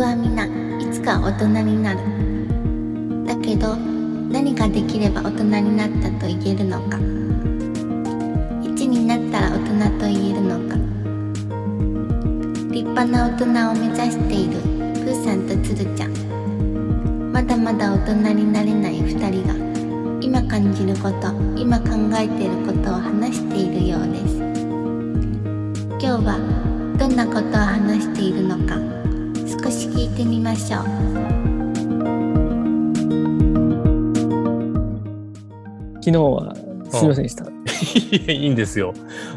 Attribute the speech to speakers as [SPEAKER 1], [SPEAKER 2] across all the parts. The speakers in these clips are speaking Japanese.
[SPEAKER 1] はみないつか大人になるだけど何ができれば大人になったと言えるのか1になったら大人と言えるのか立派な大人を目指しているプーさんとつるちゃんまだまだ大人になれない2人が今感じること今考えていることを話しているようです今日はどんなことを話しているのか少し聞いてみましょう
[SPEAKER 2] 昨日はすみませんでした。
[SPEAKER 3] いやいいんですよ。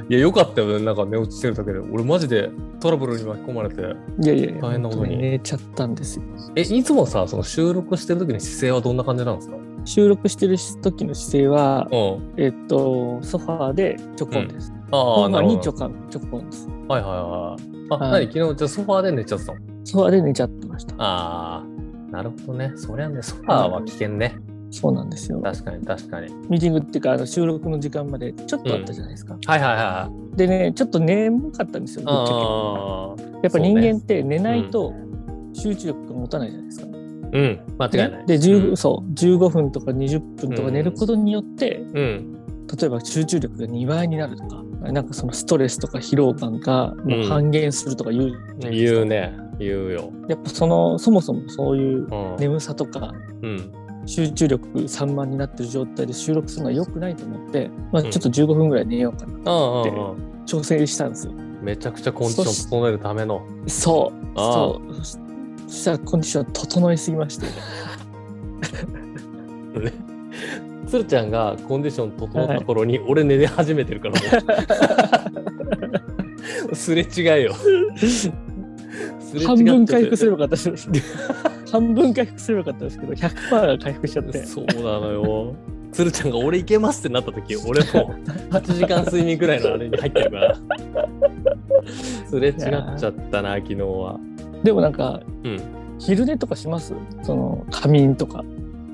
[SPEAKER 3] いや、よかったよね。なんか寝落ちしてるだけで。俺、マジでトラブルに巻き込まれて。
[SPEAKER 2] いやいやいや、
[SPEAKER 3] 大変なことに
[SPEAKER 2] 本当寝ちゃったんですよ。
[SPEAKER 3] え、いつもさ、その収録してる時の姿勢はどんな感じなんですかう
[SPEAKER 2] 収録してる時の姿勢は、
[SPEAKER 3] ん。
[SPEAKER 2] えっと、ソファーでちょこんです。
[SPEAKER 3] あ
[SPEAKER 2] ソ
[SPEAKER 3] あ、
[SPEAKER 2] フ
[SPEAKER 3] な
[SPEAKER 2] ァ
[SPEAKER 3] る
[SPEAKER 2] ー
[SPEAKER 3] ほ
[SPEAKER 2] に
[SPEAKER 3] ど。
[SPEAKER 2] ちょこん、ちょこんです。
[SPEAKER 3] はいはいはい。あ、
[SPEAKER 2] はい
[SPEAKER 3] 何昨日、じゃあソファーで寝ちゃってたの
[SPEAKER 2] ソファーで寝ちゃってました。
[SPEAKER 3] ああ、なるほどね。そりゃね、ソファーは危険ね。
[SPEAKER 2] そうなんですよ。
[SPEAKER 3] 確かに、確かに。
[SPEAKER 2] ミーティングっていうか、あの収録の時間までちょっとあったじゃないですか。
[SPEAKER 3] はいはいはい。
[SPEAKER 2] でね、ちょっと眠かったんですよ、ぶっちゃ
[SPEAKER 3] あ
[SPEAKER 2] け。やっぱ人間って寝ない
[SPEAKER 3] そ
[SPEAKER 2] と集中力が持たないじゃないですか。
[SPEAKER 3] あ、うん、間違いない。
[SPEAKER 2] で、
[SPEAKER 3] う
[SPEAKER 2] 15
[SPEAKER 3] ん
[SPEAKER 2] そう15分とか20分とか寝ることによって、
[SPEAKER 3] うん。
[SPEAKER 2] 例えば集中力が2倍になるとかなんかそのストレスとか疲労感がもう半減するとかいう、
[SPEAKER 3] 言うね。言うよ。
[SPEAKER 2] やっぱそのそもそもそういう
[SPEAKER 3] うん。
[SPEAKER 2] 眠さとか
[SPEAKER 3] うん。
[SPEAKER 2] 集中力散漫になってる状態で収録するのは良くないと思って、まあ、
[SPEAKER 3] うん
[SPEAKER 2] ちょっと15分ぐらい寝ようかな、
[SPEAKER 3] あ
[SPEAKER 2] で
[SPEAKER 3] あ、
[SPEAKER 2] 調整したんですよ
[SPEAKER 3] めちゃくちゃコンディション整えるための。
[SPEAKER 2] そう
[SPEAKER 3] ああ
[SPEAKER 2] そうそそしたらコンディション整いすぎまして
[SPEAKER 3] ねつるちゃんがコンディション整った頃に俺寝れ始めてるから ね、すれ違いよすれ違っちゃって
[SPEAKER 2] 半分回復すればよかったです 半分回復すればよかったですけど100%が回復しちゃって
[SPEAKER 3] そうなのよつるちゃんが俺いけますってなった時俺もう8時間睡眠くらいのあれに入ってるからすれ違っちゃったな昨日は
[SPEAKER 2] でもなんか
[SPEAKER 3] うん
[SPEAKER 2] 昼寝とかしますその仮眠とか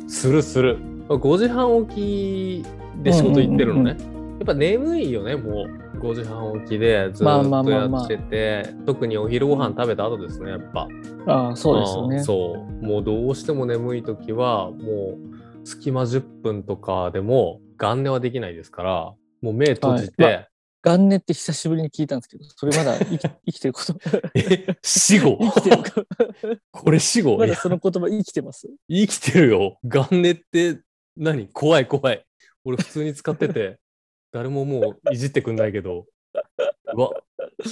[SPEAKER 3] するする5時半起きで仕事行ってるのね、
[SPEAKER 2] うん
[SPEAKER 3] やっぱ眠いよねもう5時半起きでず
[SPEAKER 2] まあまあ
[SPEAKER 3] ーっと
[SPEAKER 2] ま
[SPEAKER 3] や
[SPEAKER 2] あまあ
[SPEAKER 3] ってて、特にお昼ご飯食べた後ですねやっぱ
[SPEAKER 2] ああそうですよ
[SPEAKER 3] うん
[SPEAKER 2] ね。
[SPEAKER 3] そうもうどうしても眠い時はもう隙間10分とかでも眼寝はできないですからもう目閉じて、
[SPEAKER 2] は元年って久しぶりに聞いたんですけど、それまだ 生き生きてること、
[SPEAKER 3] え 死後
[SPEAKER 2] 生きてるこ
[SPEAKER 3] これ死
[SPEAKER 2] と、
[SPEAKER 3] 後
[SPEAKER 2] ま
[SPEAKER 3] い
[SPEAKER 2] だ
[SPEAKER 3] や
[SPEAKER 2] その言葉生きてます。
[SPEAKER 3] 生きてるよ眼寝って何怖い怖い俺普通に使って て誰ももういじってくんないけどうわ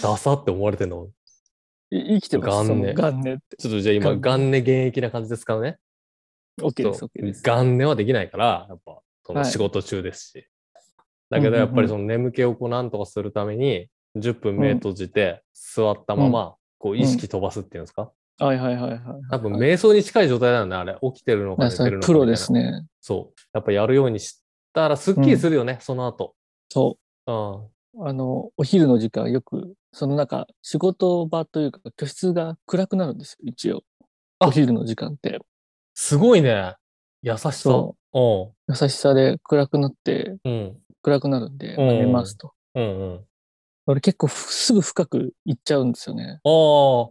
[SPEAKER 3] ダサって思われてんの
[SPEAKER 2] い生きてます。そ
[SPEAKER 3] 元
[SPEAKER 2] の
[SPEAKER 3] 年
[SPEAKER 2] 元年って。
[SPEAKER 3] ちょっとじゃあ今眼寝現役な感じで使うね
[SPEAKER 2] OK です、
[SPEAKER 3] そ
[SPEAKER 2] OK
[SPEAKER 3] う
[SPEAKER 2] です。
[SPEAKER 3] 眼寝はできないから、やっぱその
[SPEAKER 2] はい
[SPEAKER 3] 仕事中ですし。だけどやっぱりその眠気をこうなんとかするために、10分目閉じて座ったまま、こう意識飛ばすっていうんですか、
[SPEAKER 2] はいはいはいはい。
[SPEAKER 3] 多分瞑想に近い状態だよね、あれ。起きてるのか
[SPEAKER 2] あ
[SPEAKER 3] 寝て
[SPEAKER 2] そ
[SPEAKER 3] る
[SPEAKER 2] れ
[SPEAKER 3] のか。
[SPEAKER 2] プロです。ね。
[SPEAKER 3] そう。やっぱやるようにしたらすっきりするよね、その後。
[SPEAKER 2] そ
[SPEAKER 3] うん。
[SPEAKER 2] う。あの、お昼の時間よく、その中、仕事場というか、居室が暗くなるんですよ、一応。
[SPEAKER 3] あ
[SPEAKER 2] お昼の時間って。
[SPEAKER 3] すごいね。優しさ。
[SPEAKER 2] そう優しさで暗くなって、
[SPEAKER 3] ん。うん。
[SPEAKER 2] 暗くなるんで、
[SPEAKER 3] うん
[SPEAKER 2] まあ寝ますと。
[SPEAKER 3] うんうん。
[SPEAKER 2] 俺結構ふすぐ深く行っちゃうんですよね。
[SPEAKER 3] ああ、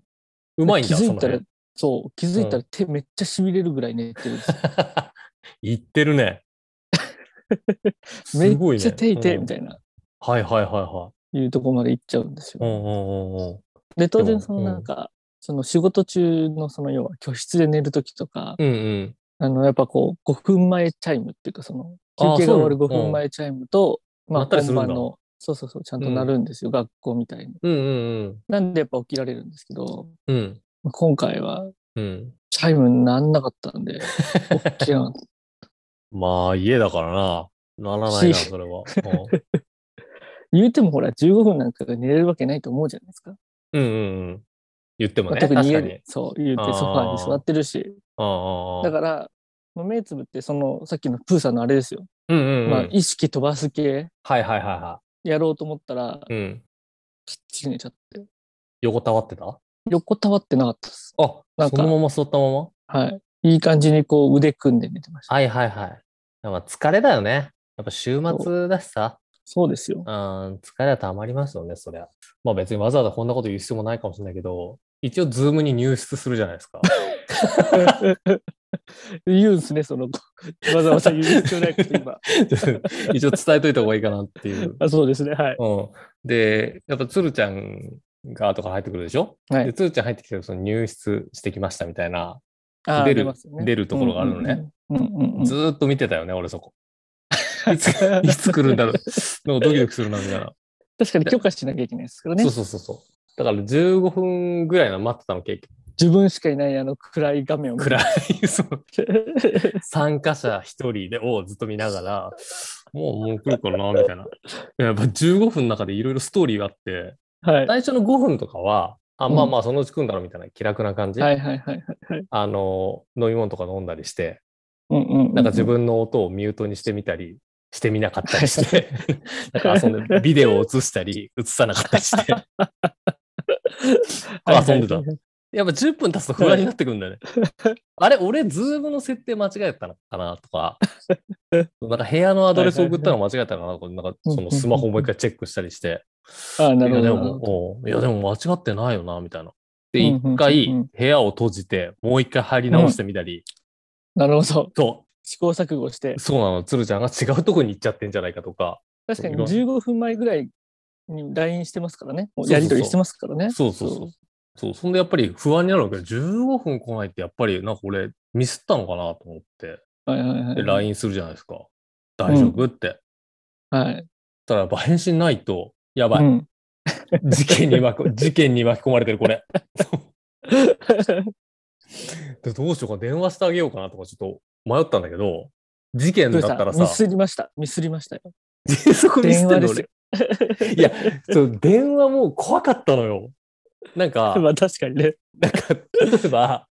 [SPEAKER 3] うまいん
[SPEAKER 2] 気
[SPEAKER 3] だ、
[SPEAKER 2] づ
[SPEAKER 3] そ
[SPEAKER 2] い
[SPEAKER 3] の
[SPEAKER 2] たら
[SPEAKER 3] 辺。
[SPEAKER 2] そう気づいたら手めっちゃしびれるぐらい寝てるんですよ
[SPEAKER 3] 言って るね。すご
[SPEAKER 2] めっ
[SPEAKER 3] いね。
[SPEAKER 2] ちゃ手いて
[SPEAKER 3] うん
[SPEAKER 2] みたいな、
[SPEAKER 3] はいはいはいはい。
[SPEAKER 2] いうとこまで行っちゃうんですよ、
[SPEAKER 3] うんうんうんうん。
[SPEAKER 2] で当然
[SPEAKER 3] でも
[SPEAKER 2] その
[SPEAKER 3] うん
[SPEAKER 2] なんか、その仕事中のその要は居室で寝る時とか、
[SPEAKER 3] うんうん。
[SPEAKER 2] あのやっぱこう5分前チャイムっていうかその
[SPEAKER 3] あ
[SPEAKER 2] 休憩が終わる
[SPEAKER 3] そう
[SPEAKER 2] 5
[SPEAKER 3] なの
[SPEAKER 2] 分前チャイムと、ま
[SPEAKER 3] 鳴
[SPEAKER 2] あ
[SPEAKER 3] ったりす
[SPEAKER 2] 本
[SPEAKER 3] るんだ
[SPEAKER 2] 番のそうそうそうちゃんとなるんですよ、学校みたいに
[SPEAKER 3] うんうん
[SPEAKER 2] なんでやっぱ起きられるんですけど
[SPEAKER 3] うん。うん。
[SPEAKER 2] まあ今回は
[SPEAKER 3] うん。
[SPEAKER 2] チャイムになんなかったん で起きらん
[SPEAKER 3] まあ、家だからな。ならないな、
[SPEAKER 2] し
[SPEAKER 3] それは。
[SPEAKER 2] 言うてもほら15分なんかで寝れるわけないと思うじゃないですか
[SPEAKER 3] うんうんうんうん。言っても
[SPEAKER 2] まあ
[SPEAKER 3] ね。
[SPEAKER 2] 特に家
[SPEAKER 3] 確か
[SPEAKER 2] でそう言うてソファーに座ってるし
[SPEAKER 3] ああ。
[SPEAKER 2] だからまあ目つぶってそのさっきのプーさんのあれですよ、
[SPEAKER 3] ら、うんうんうん。
[SPEAKER 2] まあ
[SPEAKER 3] はい
[SPEAKER 2] 意識飛ばす系
[SPEAKER 3] はいはいは
[SPEAKER 2] やろうと思ったら
[SPEAKER 3] い。うん。
[SPEAKER 2] きっちり寝ちゃって
[SPEAKER 3] 横たわってた
[SPEAKER 2] 横たわってなかったです
[SPEAKER 3] あ、
[SPEAKER 2] なん
[SPEAKER 3] そ
[SPEAKER 2] か
[SPEAKER 3] のまま座ったまま
[SPEAKER 2] はいいい感じにこう腕組んで寝てました、
[SPEAKER 3] はいはいはい。やっぱ疲れだよね。やっぱ週末だしさ。
[SPEAKER 2] そうですよ
[SPEAKER 3] うん、疲れはたまりますよね、そりゃ。まあ別にわざわざこんなこと言う必要もないかもしれないけど、一応、ズームに入室するじゃないで すか。
[SPEAKER 2] 言うんですね、その子。わざわざ言う必要ないこと 今。
[SPEAKER 3] 一応、伝えといた方がいいかなっていう。
[SPEAKER 2] あそうですね、はい。
[SPEAKER 3] うん、で、やっぱ鶴ちゃんが後から入ってくるでしょ、
[SPEAKER 2] はい
[SPEAKER 3] で鶴ちゃん入ってきて、その入室してきましたみたいな、
[SPEAKER 2] あー
[SPEAKER 3] 出る
[SPEAKER 2] ますよね
[SPEAKER 3] 出るところがあるのね。
[SPEAKER 2] うんうんうん。
[SPEAKER 3] ずーっと見てたよね、俺 そこ。いついつ来るんだろう。なんかドキドキするな、みたいな。
[SPEAKER 2] 確かに許可しなきゃいけないですからね
[SPEAKER 3] そう。そうそうそう。だから15分ぐらいの待ってたの、結局。
[SPEAKER 2] 自分しかいないあの暗い画面を見て。
[SPEAKER 3] 暗い、 そう。参加者一人でをずっと見ながら、もうもう来るかな、みたいな。やっぱ15分の中でいろいろストーリーがあって、
[SPEAKER 2] はい。
[SPEAKER 3] 最初の5分とかは、あ、まあ
[SPEAKER 2] うん
[SPEAKER 3] まあ、そのうち来るんだろう、みたいな気楽な感じ。
[SPEAKER 2] はいはいはいはいはい。
[SPEAKER 3] あの、飲み物とか飲んだりして、
[SPEAKER 2] うんうう
[SPEAKER 3] なんか自分の音をミュートにしてみたり、してみなかった りして、なんか遊んで、ビデオを映したり、映さなかったりして、
[SPEAKER 2] はいはい
[SPEAKER 3] 遊んでた。やっぱ10分経つと不安になってくるんだよね。 あれ、俺、ズームの設定間違えたのかなとか、なんか部屋のアドレス送ったの間違えたのかなとか、なんかそのスマホをもう一回チェックしたりして、
[SPEAKER 2] あーなるほど
[SPEAKER 3] いやで
[SPEAKER 2] なるほど。
[SPEAKER 3] も、うんいやでも間違ってないよな、みたいな。で、
[SPEAKER 2] うん
[SPEAKER 3] 一
[SPEAKER 2] うん
[SPEAKER 3] 回
[SPEAKER 2] うん
[SPEAKER 3] 部屋を閉じて、もう一回入り直してみたり、
[SPEAKER 2] なるほど。
[SPEAKER 3] と、
[SPEAKER 2] 試行錯誤 して。
[SPEAKER 3] そうなの、鶴ちゃんが違うとこに行っちゃってんじゃないかとか、
[SPEAKER 2] 確かに
[SPEAKER 3] そう
[SPEAKER 2] 15分前ぐらいに LINE してますからね。も
[SPEAKER 3] そ
[SPEAKER 2] う
[SPEAKER 3] うそうそう
[SPEAKER 2] やりとりしてますからね。
[SPEAKER 3] そうそうそう。そう、そんでやっぱり不安になるわけよ。15分来ないって、やっぱりなんか俺、ミスったのかなと思って、
[SPEAKER 2] はいはいはい。
[SPEAKER 3] で、LINE するじゃないですか。大丈夫って。
[SPEAKER 2] はい。
[SPEAKER 3] ただやっぱ返信ないと、やば
[SPEAKER 2] う
[SPEAKER 3] い。
[SPEAKER 2] ん
[SPEAKER 3] 事件に 巻き、事件に巻き込まれてる、これ。でどうしようか、電話してあげようかなとか、ちょっと迷ったんだけど、事件
[SPEAKER 2] ど
[SPEAKER 3] だ
[SPEAKER 2] う
[SPEAKER 3] っ
[SPEAKER 2] したた
[SPEAKER 3] ら
[SPEAKER 2] ミス
[SPEAKER 3] さ、
[SPEAKER 2] りました。ミスりましたよ。
[SPEAKER 3] そこミス
[SPEAKER 2] 電話
[SPEAKER 3] ってん
[SPEAKER 2] で
[SPEAKER 3] の
[SPEAKER 2] すよ
[SPEAKER 3] 俺。いや、そう、電話もう怖かったのよ。なん か、
[SPEAKER 2] まあ確かにね。
[SPEAKER 3] なんか例えば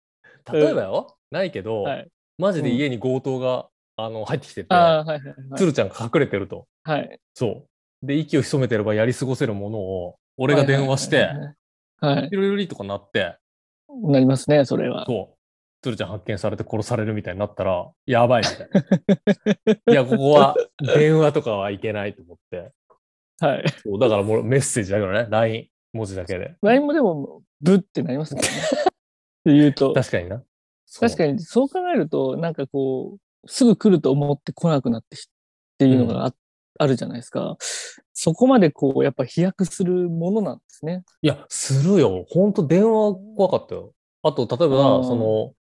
[SPEAKER 3] 例えばよ、ないけど、
[SPEAKER 2] はい
[SPEAKER 3] マジで家に強盗が、あの入ってきてて、
[SPEAKER 2] ああ、はいはいはい。
[SPEAKER 3] 鶴ちゃんが隠れてると
[SPEAKER 2] はい。
[SPEAKER 3] そうで息を潜めてればやり過ごせるものを俺が電話して
[SPEAKER 2] はいはいはいはい。はい
[SPEAKER 3] ピロリロリとかなって
[SPEAKER 2] なりますね、それは。
[SPEAKER 3] そう鶴ちゃん発見されて殺されるみたいになったらやばいみたい ないやここは電話とかはいけないと思って
[SPEAKER 2] はい。
[SPEAKER 3] そうだからもうメッセージだからね LINE 文字だけで
[SPEAKER 2] LINE もでも、ブってなりますね。って言うと。
[SPEAKER 3] 確かにな
[SPEAKER 2] 確かにそう考えるとなんかこうすぐ来ると思って来なくなってきっていうのがあ,、あるじゃないですかそこまでこうやっぱ飛躍するものなんですね
[SPEAKER 3] いや、するよ。ほんと電話怖かったよ。あと、例え
[SPEAKER 2] う
[SPEAKER 3] ば、
[SPEAKER 2] ん
[SPEAKER 3] その、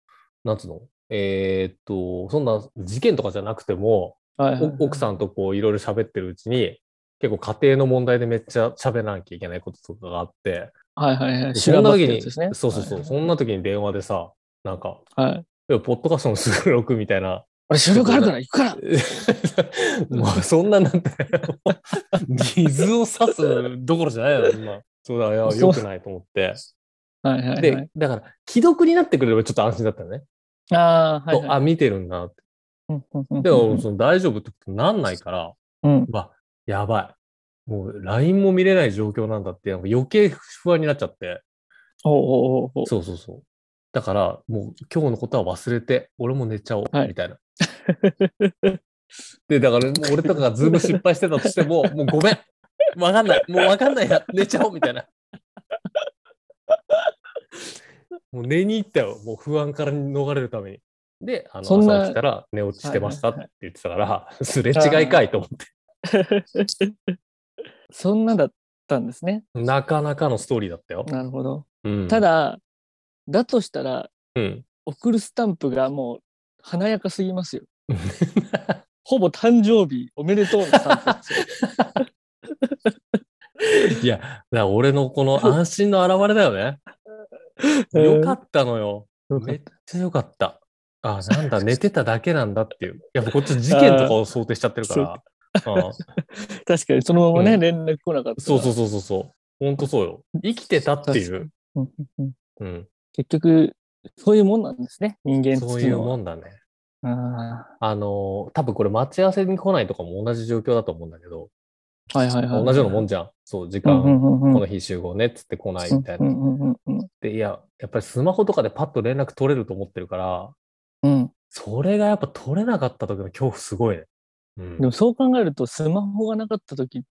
[SPEAKER 3] なんつうの、えーっと、そんな事件とかじゃなくても、
[SPEAKER 2] はいはいはい
[SPEAKER 3] お奥さんとこういろいろ喋ってるうちに、結構家庭の問題でめっちゃ喋らなきゃいけないこととかがあって、
[SPEAKER 2] はいはいはい
[SPEAKER 3] そんな
[SPEAKER 2] ばっ
[SPEAKER 3] 時
[SPEAKER 2] てや
[SPEAKER 3] に、
[SPEAKER 2] つですね
[SPEAKER 3] そうそうそう、そんな時に電話でさ、なんか、
[SPEAKER 2] はい、はい、
[SPEAKER 3] いやポッドカストの収録みたいな、
[SPEAKER 2] 俺収録あるから行くから
[SPEAKER 3] もうそんなんなんて、もう水を差すどころじゃないよ、今。そうだ、いや、
[SPEAKER 2] そう
[SPEAKER 3] 良くないと思って。
[SPEAKER 2] はいはいはい
[SPEAKER 3] で、だから、既読になってくれればちょっと安心だったよね。
[SPEAKER 2] ああはい、
[SPEAKER 3] あ、
[SPEAKER 2] はい
[SPEAKER 3] 見てるんだって。
[SPEAKER 2] うんうんうんうん、
[SPEAKER 3] でも、その大丈夫ってことになんないから、
[SPEAKER 2] うん
[SPEAKER 3] うわ、やばい。もう、LINE も見れない状況なんだって、なんか余計不安になっちゃって。
[SPEAKER 2] おうおうおう おう
[SPEAKER 3] そうそうそう。だから、もう今日のことは忘れて、俺も寝ちゃおう、
[SPEAKER 2] はい
[SPEAKER 3] みたいな。で、だから、もう俺とかがズーム失敗してたとし ても、もうごめん。わかんない。もうわかんないや。寝ちゃおう、みたいな。もう寝に行ったよ。もう不安から逃れるために。で、あの
[SPEAKER 2] そんな
[SPEAKER 3] 朝起きたら寝落ちしてましたって言ってたから、すれ
[SPEAKER 2] は
[SPEAKER 3] 違
[SPEAKER 2] い
[SPEAKER 3] いかいと思って。
[SPEAKER 2] そんなだったんですね
[SPEAKER 3] なかなかのストーリーだったよ。
[SPEAKER 2] なるほど、
[SPEAKER 3] うん、
[SPEAKER 2] た、だだとしたら
[SPEAKER 3] うん。
[SPEAKER 2] 送るスタンプがもう華やかすぎ ますよほぼ誕生日おめでとうのスタンプ ですよ
[SPEAKER 3] いや、だから俺の この安心の表れだよね。よかったのよ。めっちゃよかった。あ、な んだ、寝てただけなんだっていう。やっぱこっち事件とかを想定しちゃってるから。うん
[SPEAKER 2] 確かにそのままね、
[SPEAKER 3] うん
[SPEAKER 2] 連絡来なかったら
[SPEAKER 3] そうそうそうそうそう。ほんとそうよ。生きてたっていう。
[SPEAKER 2] うんうんうん
[SPEAKER 3] うん。
[SPEAKER 2] 結局そういうもんなんですね人間
[SPEAKER 3] そ
[SPEAKER 2] っ
[SPEAKER 3] う
[SPEAKER 2] て
[SPEAKER 3] い
[SPEAKER 2] いううのは
[SPEAKER 3] もんだね。
[SPEAKER 2] あ
[SPEAKER 3] あのー、多分これ待ち合わせに来ないとかも同じ状況だと思うんだけど、
[SPEAKER 2] ーはいはいはい
[SPEAKER 3] 同じようなもんじゃん。そう、時
[SPEAKER 2] うんう
[SPEAKER 3] 間、
[SPEAKER 2] んうんうん
[SPEAKER 3] この日集合ねっつって来ないみたいな
[SPEAKER 2] う。んうんうんうん
[SPEAKER 3] で、いや、やっぱりスマホとかでパッと連絡取れると思ってるから、
[SPEAKER 2] うん
[SPEAKER 3] それがやっぱ取れなかった時の恐怖すごいね。うん
[SPEAKER 2] でもそう考えるとスマホがなかった時っ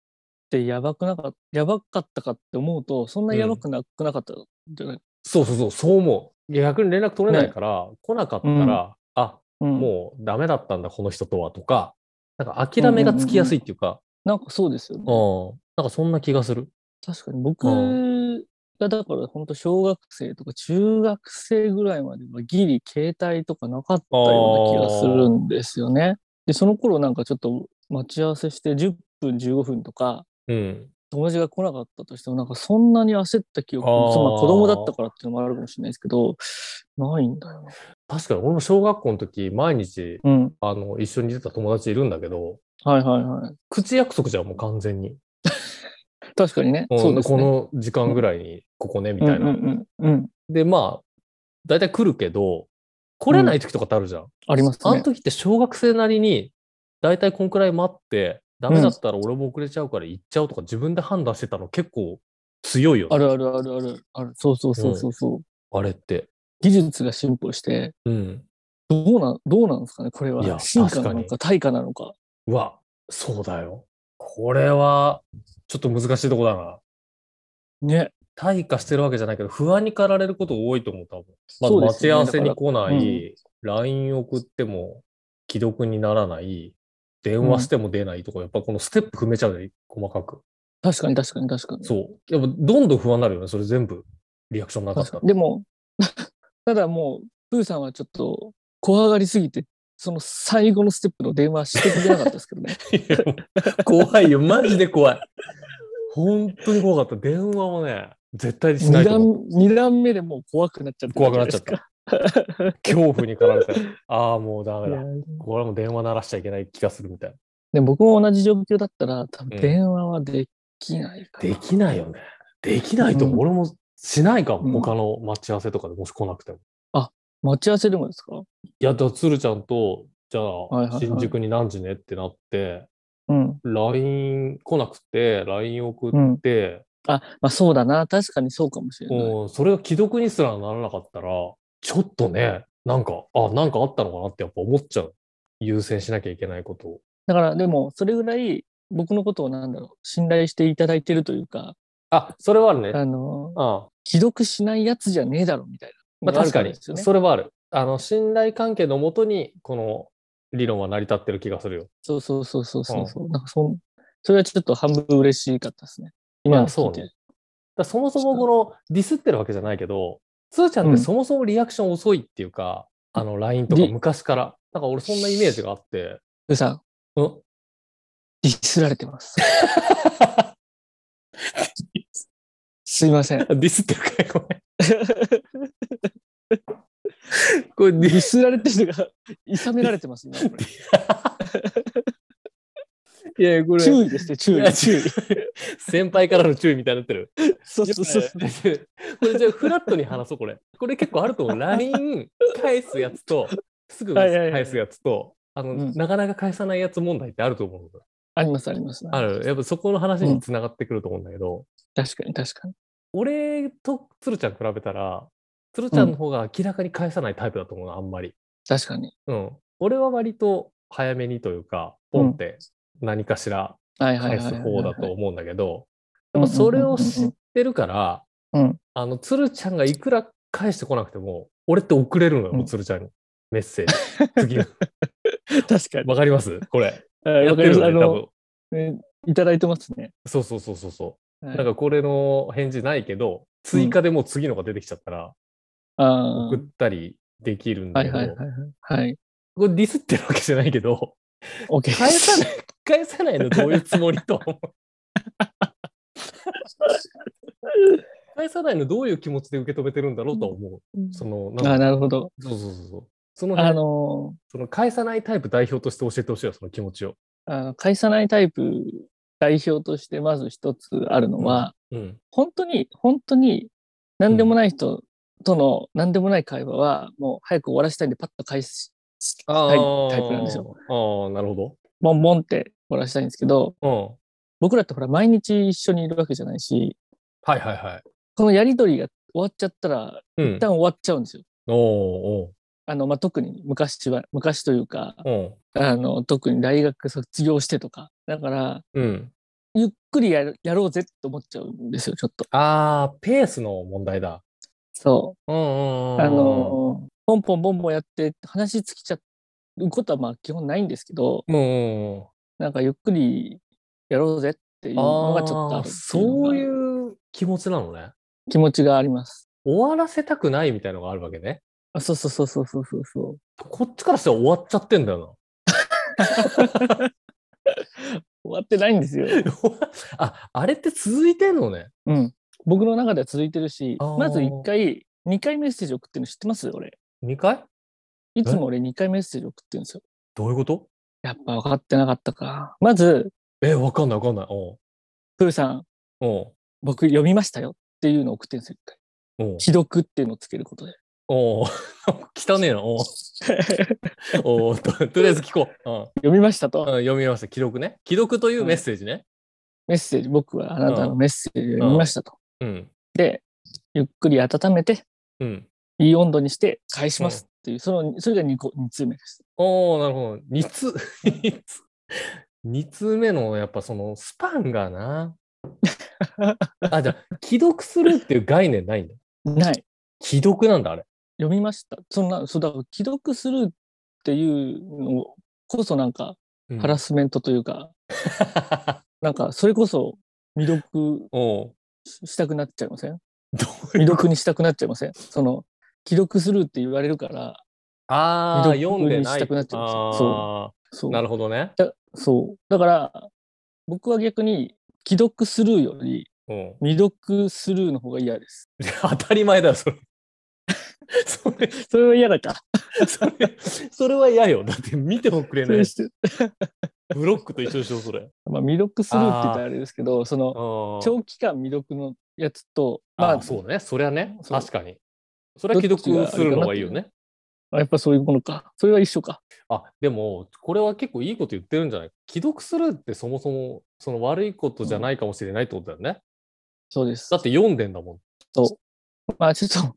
[SPEAKER 2] てやばくなかやばかったかって思うとそんなやばくなくなかったんじゃない
[SPEAKER 3] そうそうそう、そう思う。逆に連絡取れないから、来なかったら、あ、
[SPEAKER 2] うん
[SPEAKER 3] もうダメだったんだ、この人とはとか、なんか諦めがつきやすいっていうか、
[SPEAKER 2] なんかそうですよね
[SPEAKER 3] うん。なんかそんな気がする。
[SPEAKER 2] 確かに僕
[SPEAKER 3] う
[SPEAKER 2] がだから本当小学生とか中学生ぐらいまではギリ携帯とかなかったような気がするんですよね。でその頃なんかちょっと待ち合わせして10分15分とか
[SPEAKER 3] うん。
[SPEAKER 2] 友達が来なかったとしてもなんかそんなに焦った記憶
[SPEAKER 3] あー
[SPEAKER 2] その子供だったからっていうのもあるかもしれないですけどないんだよな。
[SPEAKER 3] 確かに俺も小学校の時、毎日、
[SPEAKER 2] うん。
[SPEAKER 3] あの、一緒に出た友達いるんだけど、
[SPEAKER 2] はいはいはい。
[SPEAKER 3] 口約束じゃん、もう完全に。
[SPEAKER 2] 確かにね。
[SPEAKER 3] うん
[SPEAKER 2] そうですね。
[SPEAKER 3] この時間ぐらいに、ここね、みたい
[SPEAKER 2] うん
[SPEAKER 3] な。
[SPEAKER 2] うんうんうん。
[SPEAKER 3] で、まあ、大体来るけど、来れない時とかってあるじゃん。
[SPEAKER 2] あります
[SPEAKER 3] あの
[SPEAKER 2] ね。
[SPEAKER 3] 時って小学生なりに、大体こんくらい待って、ダメだったら俺も遅れちゃうから行っちゃうとか自分で判断してたの結構強いよね。
[SPEAKER 2] あるあるあるあるある。そうそうそうそうそう。
[SPEAKER 3] あれって。
[SPEAKER 2] 技術が進歩して
[SPEAKER 3] うん。
[SPEAKER 2] どうなん、どうなんですかねこれ
[SPEAKER 3] いや
[SPEAKER 2] は。進化なの
[SPEAKER 3] 確
[SPEAKER 2] か、対価なのか。
[SPEAKER 3] うわ、そうだよ。これは、ちょっと難しいとこだな。
[SPEAKER 2] ね。
[SPEAKER 3] 退化してるわけじゃないけど、不安に駆られること多いと思う、多分。まず
[SPEAKER 2] そうで
[SPEAKER 3] 待
[SPEAKER 2] す
[SPEAKER 3] ち
[SPEAKER 2] よ
[SPEAKER 3] 合
[SPEAKER 2] ね
[SPEAKER 3] わせに来な
[SPEAKER 2] だから
[SPEAKER 3] い、LINE 送っても既読にならない、電話しても出ないとか、やっぱこのステップ踏めちゃうね、細かく。
[SPEAKER 2] 確かに確かに確かに。
[SPEAKER 3] そう。やっぱどんどん不安になるよね、それ全部。リアクションなかっ
[SPEAKER 2] 確
[SPEAKER 3] た
[SPEAKER 2] からに。でも、 ただもう、プーさんはちょっと怖がりすぎて、その最後のステップの電話してくれなかったですけどね。
[SPEAKER 3] いやもう怖いよ、マジで怖い。本当に怖かった。電話もね、絶対 にしな
[SPEAKER 2] 二
[SPEAKER 3] いと思う。
[SPEAKER 2] 段、二段目でもう怖くなっちゃった。
[SPEAKER 3] 怖くなっちゃった。恐怖に駆られて、ああ、もうダメ
[SPEAKER 2] いや
[SPEAKER 3] だ。これはもう電話鳴らしちゃいけない気がするみたいな。
[SPEAKER 2] でも僕も同じ状況だったら、多
[SPEAKER 3] う
[SPEAKER 2] 分
[SPEAKER 3] ん
[SPEAKER 2] 電話はできないかな
[SPEAKER 3] できないよね。できないと思う、俺もしないかも、
[SPEAKER 2] うん
[SPEAKER 3] 他の待ち合わせとかでもし来なくても。
[SPEAKER 2] 待ち合わせでもですか
[SPEAKER 3] いや、だから鶴ちゃんと、じゃあ、
[SPEAKER 2] いはいはい
[SPEAKER 3] 新宿に何時ねってなって、
[SPEAKER 2] うん。
[SPEAKER 3] LINE 来なくて、LINE 送
[SPEAKER 2] う
[SPEAKER 3] っ
[SPEAKER 2] ん。
[SPEAKER 3] て、
[SPEAKER 2] あ、まあそうだな。確かにそうかもしれない。
[SPEAKER 3] うんそれが既読にすらならなかったら、ちょっとね、なんか、あ、なんかあったのかなってやっぱ思っちゃう。優先しなきゃいけないことを。
[SPEAKER 2] だからでも、それぐらい僕のことをなんだろう、信頼していただいてるというか、
[SPEAKER 3] あ、それはあるね。
[SPEAKER 2] あの、
[SPEAKER 3] あ
[SPEAKER 2] 既読しないやつじゃねえだろみたい
[SPEAKER 3] ま
[SPEAKER 2] な。
[SPEAKER 3] あ、確か
[SPEAKER 2] ある
[SPEAKER 3] に、
[SPEAKER 2] んですよね
[SPEAKER 3] それはある。あの、信頼関係のもとに、この理論は成り立ってる気がするよ。
[SPEAKER 2] そうそうそうそうそうそう。なんかそんそれはちょっと半分嬉しかったですね。今
[SPEAKER 3] ま
[SPEAKER 2] の
[SPEAKER 3] あ
[SPEAKER 2] 聞
[SPEAKER 3] そ
[SPEAKER 2] いうて。
[SPEAKER 3] ねだからそもそもこのディスってるわけじゃないけど、つーちゃんっ
[SPEAKER 2] う
[SPEAKER 3] て
[SPEAKER 2] ん
[SPEAKER 3] そもそもリアクション遅いっていうか、あの LINE とか
[SPEAKER 2] リ
[SPEAKER 3] 昔から。なんか俺そんなイメージがあって、
[SPEAKER 2] うさん、
[SPEAKER 3] うん
[SPEAKER 2] ディスられて ます。すいません。
[SPEAKER 3] ディスってるかいこれ。これデ
[SPEAKER 2] デ
[SPEAKER 3] ィ
[SPEAKER 2] ィスられてるのが、いさめられてます、今これ
[SPEAKER 3] いやいや、こ
[SPEAKER 2] 注意ですね、注
[SPEAKER 3] い や
[SPEAKER 2] 意。注意。
[SPEAKER 3] 先輩からの注意みたいになってる。
[SPEAKER 2] そうそうそうそう。
[SPEAKER 3] これじゃあフラットに話そう、これ。これ結構あると 思う。LINE 返すやつと、すぐ
[SPEAKER 2] はいはいはい
[SPEAKER 3] 返すやつと、あの、
[SPEAKER 2] うん
[SPEAKER 3] なかなか返さないやつ問題ってあると思う。
[SPEAKER 2] あります、あります。
[SPEAKER 3] ある。やっぱそこの話につながってくると思うんだけど、
[SPEAKER 2] 確かに、確かに。
[SPEAKER 3] 俺と鶴ちゃん比べたら、鶴ちゃんの方が明らかに返さないタイプだと思うの、あんまり。
[SPEAKER 2] 確かに。
[SPEAKER 3] うん。俺は割と早めにというか、ポンって何かしら
[SPEAKER 2] はいはいは
[SPEAKER 3] 返
[SPEAKER 2] い
[SPEAKER 3] す
[SPEAKER 2] はい。
[SPEAKER 3] 方だと。思うんだけど、
[SPEAKER 2] うんうんうんうん
[SPEAKER 3] やっぱそれを知ってるから、
[SPEAKER 2] うん
[SPEAKER 3] あの、鶴ちゃんがいくら返してこなくても、俺って送れるのよ、
[SPEAKER 2] うん
[SPEAKER 3] 鶴ちゃんに。メッセー ジ。次の。
[SPEAKER 2] 確かに。
[SPEAKER 3] わかりますこれ。
[SPEAKER 2] あ
[SPEAKER 3] や
[SPEAKER 2] わ
[SPEAKER 3] っ
[SPEAKER 2] か
[SPEAKER 3] て
[SPEAKER 2] りま
[SPEAKER 3] る
[SPEAKER 2] す。あ
[SPEAKER 3] よね、多分
[SPEAKER 2] の、。えいただいてますね。
[SPEAKER 3] そうそうそうそうそう。
[SPEAKER 2] はい
[SPEAKER 3] なんかこれの返事ないけど、追加でもう次のが出てきちゃったら、
[SPEAKER 2] あ
[SPEAKER 3] 送ったりできるん
[SPEAKER 2] あ。は
[SPEAKER 3] だ
[SPEAKER 2] い
[SPEAKER 3] けど、
[SPEAKER 2] はいはいはい。はい。
[SPEAKER 3] これディスってるわけじゃないけど、
[SPEAKER 2] OK です。
[SPEAKER 3] 返さない、返さないのどういうつもりと 思う。返さないのどういう気持ちで受け止めてるんだろうとは思う。その、な ん
[SPEAKER 2] あ
[SPEAKER 3] か
[SPEAKER 2] なるほど。
[SPEAKER 3] そうそうそうそう。その
[SPEAKER 2] あ
[SPEAKER 3] 辺
[SPEAKER 2] の
[SPEAKER 3] その返さないタイプ代表として教えてほしいよ、その気持ちを。
[SPEAKER 2] あの返さないタイプ代表としてまず一つあるのは、
[SPEAKER 3] うん。
[SPEAKER 2] 本当に本当に何でもない人との何でもない会話はもう早く終わらせたいんでパッと返ししたいタイプなんですよ。
[SPEAKER 3] ああ、なるほ
[SPEAKER 2] ボンボンって終わらせたいんですけど
[SPEAKER 3] ど。
[SPEAKER 2] 僕らってほら毎日一緒にいるわけじゃないし
[SPEAKER 3] うん。はいはいはい。
[SPEAKER 2] このやり取りが終わっちゃったら
[SPEAKER 3] うん
[SPEAKER 2] 一。旦終わっちゃうんですよ。
[SPEAKER 3] おーお
[SPEAKER 2] あのまあ、特に昔は昔というか
[SPEAKER 3] ーお
[SPEAKER 2] あの特に大学卒業してとかだから
[SPEAKER 3] ーうん。
[SPEAKER 2] ゆっくりやるやろうぜって思っちゃうんですよちょっと。
[SPEAKER 3] ああ、ペースの問題だ。
[SPEAKER 2] そ
[SPEAKER 3] うんうんう
[SPEAKER 2] う。
[SPEAKER 3] ん。
[SPEAKER 2] あ、の、ポンポンポンポンやって話尽きちゃうことはまあ基本ないんですけど、
[SPEAKER 3] うんうんうん。
[SPEAKER 2] なんかゆっくりやろうぜっていうのがちょっとあるっ
[SPEAKER 3] あー
[SPEAKER 2] てい
[SPEAKER 3] そう
[SPEAKER 2] うのが
[SPEAKER 3] いう気持ちなのね。
[SPEAKER 2] 気持ちがあります。
[SPEAKER 3] 終わらせたくないみたいのがあるわけね。
[SPEAKER 2] あそうそうそうそうそうそうそう。
[SPEAKER 3] こっちからしたら終わっちゃってんだよ
[SPEAKER 2] 終わってないんです よ。
[SPEAKER 3] な。あ、あれって続いてんのね。
[SPEAKER 2] うん。僕の中では続いてるし
[SPEAKER 3] あー、
[SPEAKER 2] まず1回、2回メッセージ送ってるの知ってます俺。
[SPEAKER 3] 2回
[SPEAKER 2] いつも俺2回メッセージ送ってるんですよ。
[SPEAKER 3] どういうこと
[SPEAKER 2] やっぱ分かってなかったか。まず、
[SPEAKER 3] え、わかんないわかんない。おう
[SPEAKER 2] プルさん、
[SPEAKER 3] お
[SPEAKER 2] 僕読みましたよっていうのを送ってるんですよ、一回。
[SPEAKER 3] うおう
[SPEAKER 2] 既読っていうのをつけること で。
[SPEAKER 3] おう汚ねえな。おうおうととりあえず聞こう。うん
[SPEAKER 2] 読みましたと、
[SPEAKER 3] うん、読みました。既読ね。既読というメッセージね。
[SPEAKER 2] メッセージ、僕はあなたのメッセージを読みましたと。
[SPEAKER 3] うん。
[SPEAKER 2] で、ゆっくり温めて、
[SPEAKER 3] うん。
[SPEAKER 2] いい温度にして返しますっていう、その、それが 2, 個二通目です。
[SPEAKER 3] おおなるほど。2通、2通二通目のやっぱそのスパンが な。あ、じゃあ、既読するっていう概念ないんだ。
[SPEAKER 2] ない。
[SPEAKER 3] 既読なんだ、あれ。
[SPEAKER 2] 読みました。そんな、そうだから、既読するっていうのこそなんか、
[SPEAKER 3] うん
[SPEAKER 2] ハラスメントというか、なんか、それこそ、未読
[SPEAKER 3] おう
[SPEAKER 2] ししたくなっちゃいません
[SPEAKER 3] どういう
[SPEAKER 2] 未読にしたくなっちゃいませんその、既読するって言われるから、
[SPEAKER 3] ああ、
[SPEAKER 2] 未
[SPEAKER 3] 読
[SPEAKER 2] 読
[SPEAKER 3] んでない。
[SPEAKER 2] にしたくなっちゃうんですよ
[SPEAKER 3] あ
[SPEAKER 2] そ
[SPEAKER 3] あ、
[SPEAKER 2] う。
[SPEAKER 3] なるほどね。
[SPEAKER 2] だそう。だから、僕は逆に、既読スルーより、
[SPEAKER 3] うん、
[SPEAKER 2] 未読スルーの方が嫌です。
[SPEAKER 3] 当たり前だよ、それ。 それ、
[SPEAKER 2] それは嫌だか。
[SPEAKER 3] それ、それは嫌よ。だって見てもくれ
[SPEAKER 2] そ
[SPEAKER 3] な
[SPEAKER 2] れ
[SPEAKER 3] い
[SPEAKER 2] して
[SPEAKER 3] ブロックと一緒でしょ、それ。
[SPEAKER 2] まあ、未読スルーって言ったらあれですけど、その、
[SPEAKER 3] 長
[SPEAKER 2] 長期間未読のやつと、
[SPEAKER 3] ま
[SPEAKER 2] ま
[SPEAKER 3] あ、
[SPEAKER 2] あ、
[SPEAKER 3] そうね。それはね、
[SPEAKER 2] そう
[SPEAKER 3] 確かに。それは既読するのがいいよね。
[SPEAKER 2] あやっぱそういうものか。それは一緒か。
[SPEAKER 3] あ、でも、これは結構いいこと言ってるんじゃない既読するってそもそも、その悪いことじゃないかもしれないってことだよね。
[SPEAKER 2] そうです。
[SPEAKER 3] だって読んでんだもん。
[SPEAKER 2] まあ、ちょっと、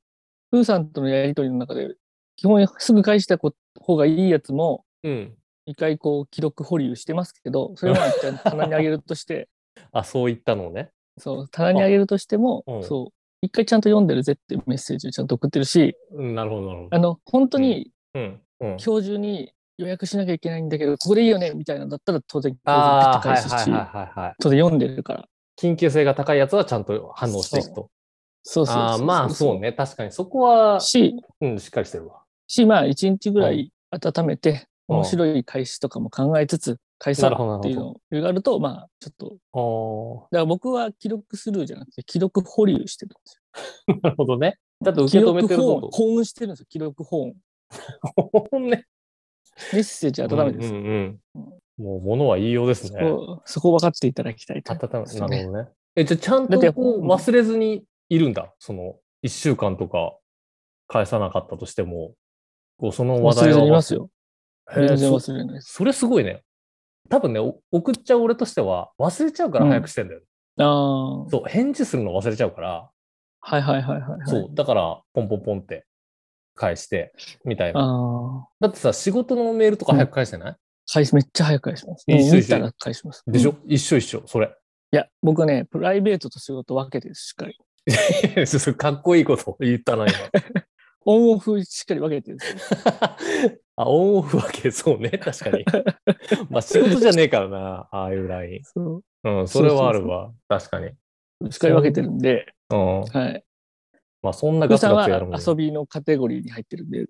[SPEAKER 2] プーさんとのやりとりの中で、基本すぐ返したこ方がいいやつも、
[SPEAKER 3] うん。
[SPEAKER 2] 一回こう、既読保留してますけど、それは一旦棚にあげるとして、
[SPEAKER 3] あ、そういったのをね。
[SPEAKER 2] そう、棚にあげるとしても、
[SPEAKER 3] うん
[SPEAKER 2] そう、一回ちゃんと読んでるぜっていうメッセージをちゃんと送ってるし、
[SPEAKER 3] うん、なるほど、なるほ
[SPEAKER 2] あ
[SPEAKER 3] ど。
[SPEAKER 2] の、本当に
[SPEAKER 3] うん。うん、
[SPEAKER 2] 今日中に予約しなきゃいけないんだけど、ここでいいよねみたいなのだったら当然、
[SPEAKER 3] ああ、
[SPEAKER 2] 当然
[SPEAKER 3] はい
[SPEAKER 2] ピッと
[SPEAKER 3] は
[SPEAKER 2] 返すし、
[SPEAKER 3] いはいはい。
[SPEAKER 2] 当然読んでるから。
[SPEAKER 3] 緊急性が高いやつはちゃんと反応していくと。
[SPEAKER 2] そうそうそう
[SPEAKER 3] ああ、まあそう。ね。確かにそこは、
[SPEAKER 2] し、
[SPEAKER 3] うん、しっかりしてるわ。
[SPEAKER 2] し、まあ一日ぐら
[SPEAKER 3] はい
[SPEAKER 2] 温めて、
[SPEAKER 3] うん
[SPEAKER 2] 面白い返しとかも考えつつ、返さ
[SPEAKER 3] なるほど
[SPEAKER 2] っていうのをやると、まあちょっと、だ
[SPEAKER 3] お
[SPEAKER 2] から僕は記録スルーじゃなくて、記録保留してるんですよ。
[SPEAKER 3] ーなるほどね。だって受け止めてる
[SPEAKER 2] 記
[SPEAKER 3] こ
[SPEAKER 2] 録保温保温してるんですよ、記録保温。
[SPEAKER 3] と。本音。
[SPEAKER 2] メッセージ温めてるんですよ。
[SPEAKER 3] うんうんうんもう物は言いようですね。
[SPEAKER 2] そうそこ分かっていただきたいと
[SPEAKER 3] 温
[SPEAKER 2] 思います
[SPEAKER 3] め、
[SPEAKER 2] ね
[SPEAKER 3] なるほどね。え、じゃあちゃん
[SPEAKER 2] だって
[SPEAKER 3] とこう
[SPEAKER 2] うん
[SPEAKER 3] 忘れずにいるんだ。その、一週間とか返さなかったとしても、こうその話
[SPEAKER 2] 忘れ
[SPEAKER 3] 題
[SPEAKER 2] ず
[SPEAKER 3] は
[SPEAKER 2] にいますよ。
[SPEAKER 3] へー
[SPEAKER 2] 全然
[SPEAKER 3] そ
[SPEAKER 2] 忘れないです。
[SPEAKER 3] それすごいね。多分ね、お送っちゃう俺としては忘れちゃうから早くしてんだよね。
[SPEAKER 2] ああ、はい
[SPEAKER 3] そう、返事するの忘れちゃうから、
[SPEAKER 2] はいはいはいはい。
[SPEAKER 3] そう、だから、ポンポンポンって返して、みたいな。
[SPEAKER 2] ああ、
[SPEAKER 3] だってさ、仕事のメールとか早く返してない、
[SPEAKER 2] 返し、めっちゃ早く返します。
[SPEAKER 3] 一
[SPEAKER 2] も
[SPEAKER 3] 緒
[SPEAKER 2] う見
[SPEAKER 3] 一緒
[SPEAKER 2] たら返します。
[SPEAKER 3] でし
[SPEAKER 2] うん
[SPEAKER 3] ょ一緒一緒、それ。
[SPEAKER 2] いや、僕はね、プライベートと仕事分けてしっかり。
[SPEAKER 3] それかっこいいこと言った な、今。
[SPEAKER 2] オンオフしっかり分けてるんですよ。
[SPEAKER 3] あ、オンオフわけ、そうね、確か に。まあ、仕事じゃねえからな、ああいうライン。
[SPEAKER 2] そ
[SPEAKER 3] うん、 それはあるわ、確かに。
[SPEAKER 2] うしっかり分けてるんで、
[SPEAKER 3] うん。
[SPEAKER 2] はい。
[SPEAKER 3] まあ、そんな
[SPEAKER 2] ふ
[SPEAKER 3] ガ
[SPEAKER 2] う
[SPEAKER 3] ツ
[SPEAKER 2] さん
[SPEAKER 3] ガ
[SPEAKER 2] は
[SPEAKER 3] ツやるもんね。
[SPEAKER 2] 遊びのカテゴリーに入ってるんで、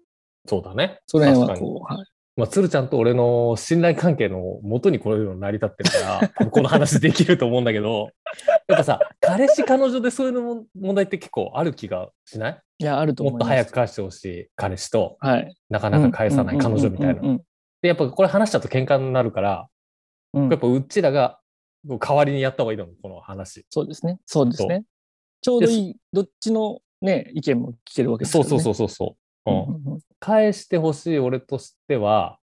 [SPEAKER 3] そうだね。
[SPEAKER 2] その辺
[SPEAKER 3] 確
[SPEAKER 2] は
[SPEAKER 3] かに
[SPEAKER 2] こう、はい。
[SPEAKER 3] まあ、鶴ちゃんと俺の信頼関係のもとにこういうの成り立ってるから、多分この話できると思うんだけど、 やっぱさ、彼氏、彼女でそういうのも問題って結構ある気がしない
[SPEAKER 2] いや、あると思い
[SPEAKER 3] もっ
[SPEAKER 2] ま
[SPEAKER 3] と
[SPEAKER 2] す。
[SPEAKER 3] 早く。返してほしい彼氏と、
[SPEAKER 2] はい。
[SPEAKER 3] なかなか返さない彼女みたいな
[SPEAKER 2] うんう。ん
[SPEAKER 3] で、やっぱこれ話しちゃうと喧嘩になるから、
[SPEAKER 2] うんうんう
[SPEAKER 3] やっ
[SPEAKER 2] ん。
[SPEAKER 3] ぱうちらがこう代わりにやった方がいいの、この話。
[SPEAKER 2] そうですね。そうですね。ちょうどいい、どっちのね、意見も聞けるわけです
[SPEAKER 3] そ
[SPEAKER 2] よ
[SPEAKER 3] う
[SPEAKER 2] ね。
[SPEAKER 3] そうそううそうそう。うん
[SPEAKER 2] んうん
[SPEAKER 3] 返してほしい俺としては、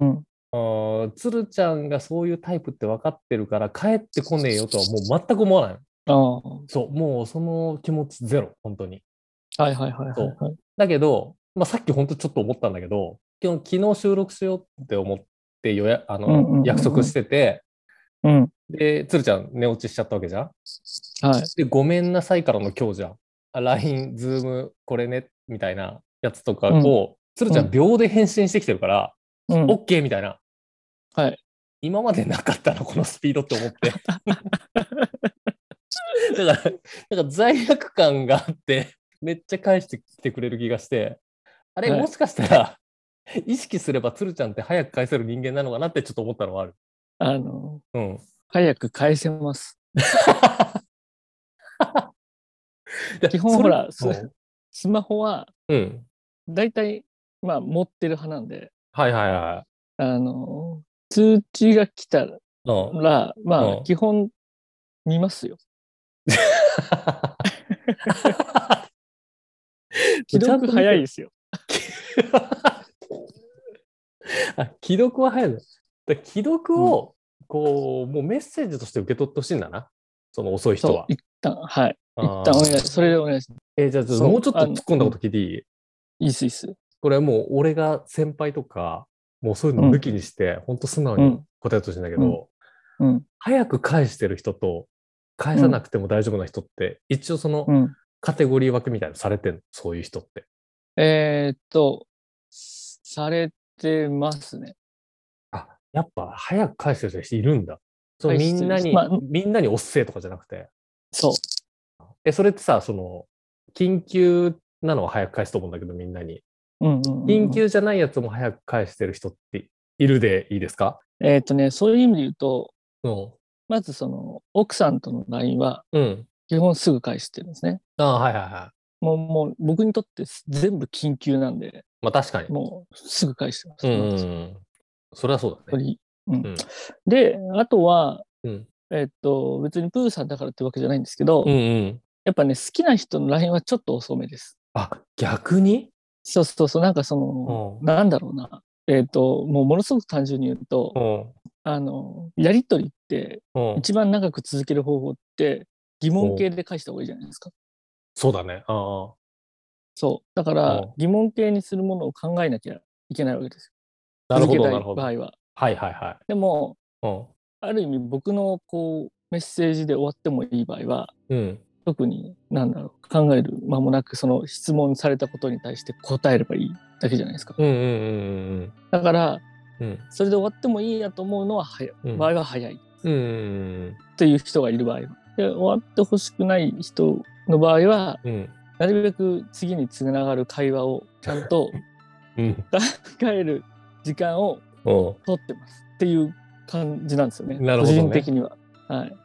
[SPEAKER 2] うん。うん。
[SPEAKER 3] うん鶴ちゃんがそういうタイプって分かってるから、帰ってこねえよとはもう全く思わないの。
[SPEAKER 2] ああ、は
[SPEAKER 3] そう、もうその気持ちゼロ、本当に。
[SPEAKER 2] いはいはいはいはい。
[SPEAKER 3] だけど、まあ、さっき本当ちょっと思ったんだけど、昨日昨日収録しようって思って予約あの、
[SPEAKER 2] うんうんうんうん
[SPEAKER 3] 約束してて、
[SPEAKER 2] うん。
[SPEAKER 3] で、鶴ちゃん寝落ちしちゃったわけじゃん。
[SPEAKER 2] はい。
[SPEAKER 3] で、ごめんなさいからの今日じゃん。あ LINE、Zoom、これね、みたいなやつとかを、鶴ちゃん秒で返信してきてるから、
[SPEAKER 2] うん。
[SPEAKER 3] OK みたいな。
[SPEAKER 2] はい。
[SPEAKER 3] 今までなかったな、このスピードって 思って。だから、なんか罪悪感があって、めっちゃ返してきてくれる気がして、あれ、
[SPEAKER 2] はい
[SPEAKER 3] もしかしたら、意識すれば鶴ちゃんって早く返せる人間なのかなってちょっと思ったのはある。
[SPEAKER 2] あの、
[SPEAKER 3] うん。
[SPEAKER 2] 早く返せます。基本ほら
[SPEAKER 3] それ
[SPEAKER 2] そうスマホは、
[SPEAKER 3] うん。
[SPEAKER 2] だいたい、まあ、持ってる派なんで、
[SPEAKER 3] はいはいは
[SPEAKER 2] あの、通知が来た
[SPEAKER 3] い。うん。
[SPEAKER 2] ら、ま
[SPEAKER 3] う
[SPEAKER 2] あ、
[SPEAKER 3] ん
[SPEAKER 2] 基本、見ますよ。既読早いですよ。
[SPEAKER 3] あ既読は早いのだから既読を、こう、もうメッセージとして受け取ってほしいんだな。その遅い人
[SPEAKER 2] そ
[SPEAKER 3] は
[SPEAKER 2] う、。一旦、はい。一
[SPEAKER 3] あー
[SPEAKER 2] 旦お願い、それでお願いします。
[SPEAKER 3] えーじゃあちょっ
[SPEAKER 2] そ
[SPEAKER 3] と
[SPEAKER 2] う
[SPEAKER 3] もうちょっと
[SPEAKER 2] あ
[SPEAKER 3] 突
[SPEAKER 2] の
[SPEAKER 3] っ込んだこと聞いてい
[SPEAKER 2] い
[SPEAKER 3] い
[SPEAKER 2] いっす、いいっす。
[SPEAKER 3] これはもう俺が先輩とか、もうそういうの抜きにして、ほんと素直
[SPEAKER 2] う
[SPEAKER 3] に
[SPEAKER 2] ん
[SPEAKER 3] 答えてほしいんだけど、
[SPEAKER 2] うんうん、
[SPEAKER 3] 早く返してる人と、返さなくても大丈夫な人って、一応その
[SPEAKER 2] うん。
[SPEAKER 3] カテゴリー分けみたいなのされてんのそういう人って。
[SPEAKER 2] えーっと、されてますね。
[SPEAKER 3] あ、やっぱ早く返してる人いるんだ。そう
[SPEAKER 2] 返
[SPEAKER 3] み
[SPEAKER 2] してる
[SPEAKER 3] んなに、
[SPEAKER 2] まあ
[SPEAKER 3] みんなにおっせえとかじゃなくて。
[SPEAKER 2] そう。
[SPEAKER 3] え、それってさ、その、緊急なのは早く返すと思うんだけど、みんなに。
[SPEAKER 2] うんうんうんうん
[SPEAKER 3] 緊急じゃないやつも早く返してる人っているでいいですか
[SPEAKER 2] えーっとね、そういう意味で言うと、
[SPEAKER 3] うん。
[SPEAKER 2] まずその、奥さんとの LINE は、
[SPEAKER 3] うん。
[SPEAKER 2] 基本すぐ返してるんですね。
[SPEAKER 3] あはいはいはい。
[SPEAKER 2] もう、もう、僕にとって全部緊急なんで、
[SPEAKER 3] まあ確かに。
[SPEAKER 2] もう、すぐ返してます。
[SPEAKER 3] うんうんうん。それはそうだ
[SPEAKER 2] よ
[SPEAKER 3] ね。
[SPEAKER 2] りうん
[SPEAKER 3] うん
[SPEAKER 2] で、あとは、
[SPEAKER 3] うん。
[SPEAKER 2] えっと、別にプーさんだからってわけじゃないんですけど、
[SPEAKER 3] うんうん。
[SPEAKER 2] やっぱね、好きな人の LINE はちょっと遅めです。
[SPEAKER 3] あ、逆に
[SPEAKER 2] そうそうそう、なんかそうの、
[SPEAKER 3] ん。
[SPEAKER 2] なんだろうな。えっと、もうものすごく単純に言うと
[SPEAKER 3] う、ん。
[SPEAKER 2] あの、やりとりって、
[SPEAKER 3] うん。
[SPEAKER 2] 一番長く続ける方法って、疑問形で返した方がいいじゃないですか。
[SPEAKER 3] そうだね。ああ。
[SPEAKER 2] そう。だから
[SPEAKER 3] お、
[SPEAKER 2] 疑問形にするものを考えなきゃいけないわけですよ。
[SPEAKER 3] なるほ
[SPEAKER 2] 続
[SPEAKER 3] ど、
[SPEAKER 2] けた
[SPEAKER 3] ないるほど。
[SPEAKER 2] 場
[SPEAKER 3] はい
[SPEAKER 2] 合は。
[SPEAKER 3] はいは
[SPEAKER 2] でも、
[SPEAKER 3] い。
[SPEAKER 2] ある意味僕のこう、メッセージで終わってもいい場合は、
[SPEAKER 3] うん。うん。
[SPEAKER 2] 特に何だろう考える間もなくその質問されたことに対して答えればいいだけじゃないですか
[SPEAKER 3] うんうんうん
[SPEAKER 2] だから
[SPEAKER 3] うんうん。
[SPEAKER 2] それで終わってもいいやと思うのは早い、
[SPEAKER 3] うん
[SPEAKER 2] 場合は早い
[SPEAKER 3] うんうん
[SPEAKER 2] という人がいる場合はで終わってほしくない人の場合は
[SPEAKER 3] うんうん。
[SPEAKER 2] なるべく次につながる会話をちゃん と
[SPEAKER 3] うん。
[SPEAKER 2] 考える時間を
[SPEAKER 3] うん。
[SPEAKER 2] 取ってますっていう感じなんですよね
[SPEAKER 3] なるほどね
[SPEAKER 2] 個人的には。はい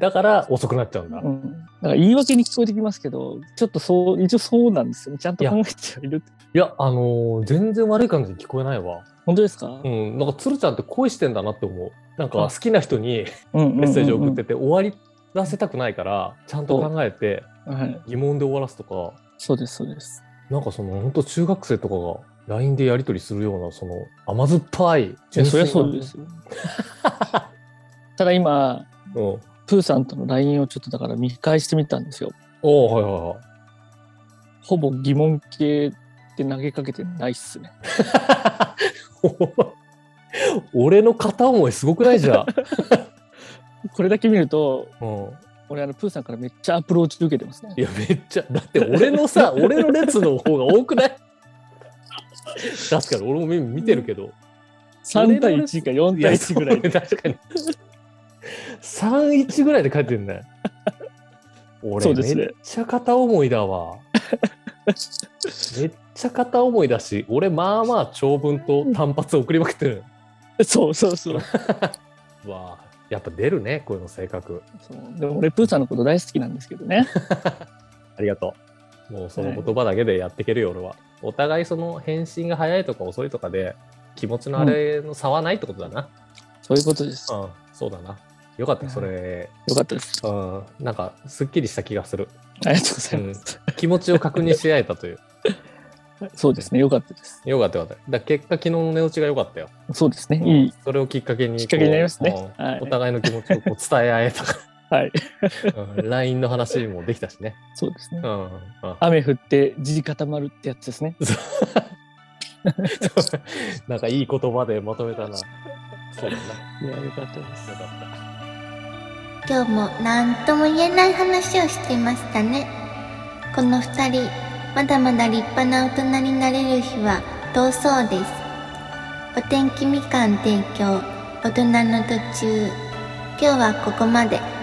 [SPEAKER 3] だから遅くなっちゃうんだ
[SPEAKER 2] う。ん、だから言い訳に聞こえてきますけどちょっとそう一応そうなんですよねちゃんと考えてはいるって
[SPEAKER 3] いや、あのー全然悪い感じに聞こえないわ。
[SPEAKER 2] 本当ですか、
[SPEAKER 3] うん。なんか、鶴ちゃんって恋してんだなって思う。なんか、好きな人にメ
[SPEAKER 2] メ
[SPEAKER 3] ッセージを送ってて、終わらせたくないから、ちゃんと考えて、
[SPEAKER 2] はい、
[SPEAKER 3] 疑問で終わらすとか、
[SPEAKER 2] そうです、そうです。
[SPEAKER 3] なんかその本当中学生とかが LINE でやり取りするようなその甘酸っぱい
[SPEAKER 2] いや、そりゃそうです よ。ただ今、
[SPEAKER 3] うん
[SPEAKER 2] プーさんとの LINE をちょっとだから見返してみたんですよ。
[SPEAKER 3] おおはいはいはい
[SPEAKER 2] ほぼ疑問系って投げかけてないっすね。
[SPEAKER 3] 俺の片思いすごくない じゃん、
[SPEAKER 2] これだけ見ると、
[SPEAKER 3] うん、
[SPEAKER 2] 俺、あの、プーさんからめっちゃアプローチ受けてますね
[SPEAKER 3] い。やめっちゃだって俺の さ俺の列の方が多くない 確かに俺も見見てるけど
[SPEAKER 2] 3対1か4対1ぐらい
[SPEAKER 3] や
[SPEAKER 2] で。
[SPEAKER 3] そう確かに31ぐらいで書いてるね
[SPEAKER 2] そ
[SPEAKER 3] 俺
[SPEAKER 2] うですね
[SPEAKER 3] めっちゃ片思いだわめっちゃ片思いだし、俺まあまあ長文と単発送りまくってる。
[SPEAKER 2] そうそうそう
[SPEAKER 3] わあ、やっぱ出るね、こういうの性格。
[SPEAKER 2] そう。でも俺、プーさんのこと大好きなんですけどね。
[SPEAKER 3] ありがとう。もうその言葉だけでやっていけるよ、俺は。お互いその返信が早いとか遅いとかで気持ちのあれの差はないってことだな。
[SPEAKER 2] そういうことです。
[SPEAKER 3] う
[SPEAKER 2] よ
[SPEAKER 3] ん、そうだな。よかった、それ。
[SPEAKER 2] かったです。
[SPEAKER 3] うん、なんかすっきりした気がする。
[SPEAKER 2] ありがとうございます。
[SPEAKER 3] 気持ちを確認し合えたという。
[SPEAKER 2] そうですね、よかったです。
[SPEAKER 3] よかったよかった。だから結果、昨日の寝落ちが良かったよ。
[SPEAKER 2] そうですね、いい
[SPEAKER 3] それをきっかけにこう。
[SPEAKER 2] きっかけになりますね
[SPEAKER 3] うん
[SPEAKER 2] はい
[SPEAKER 3] お互いの気持ちをこう伝え合えたか
[SPEAKER 2] はい。
[SPEAKER 3] ら、うん LINE の話もできたしね。
[SPEAKER 2] そうですね
[SPEAKER 3] う。ん。うん
[SPEAKER 2] 雨降って地固まるってやつですね。
[SPEAKER 3] なんかいい言葉でまとめたな。そうだな。
[SPEAKER 2] いや、よかったです。
[SPEAKER 3] よかっ
[SPEAKER 1] 今日も何とも言えない話をしていましたねここの二人まだまだ立派な大人になれる日は遠そうですお天気みかん提供大人の途中今日はここまで。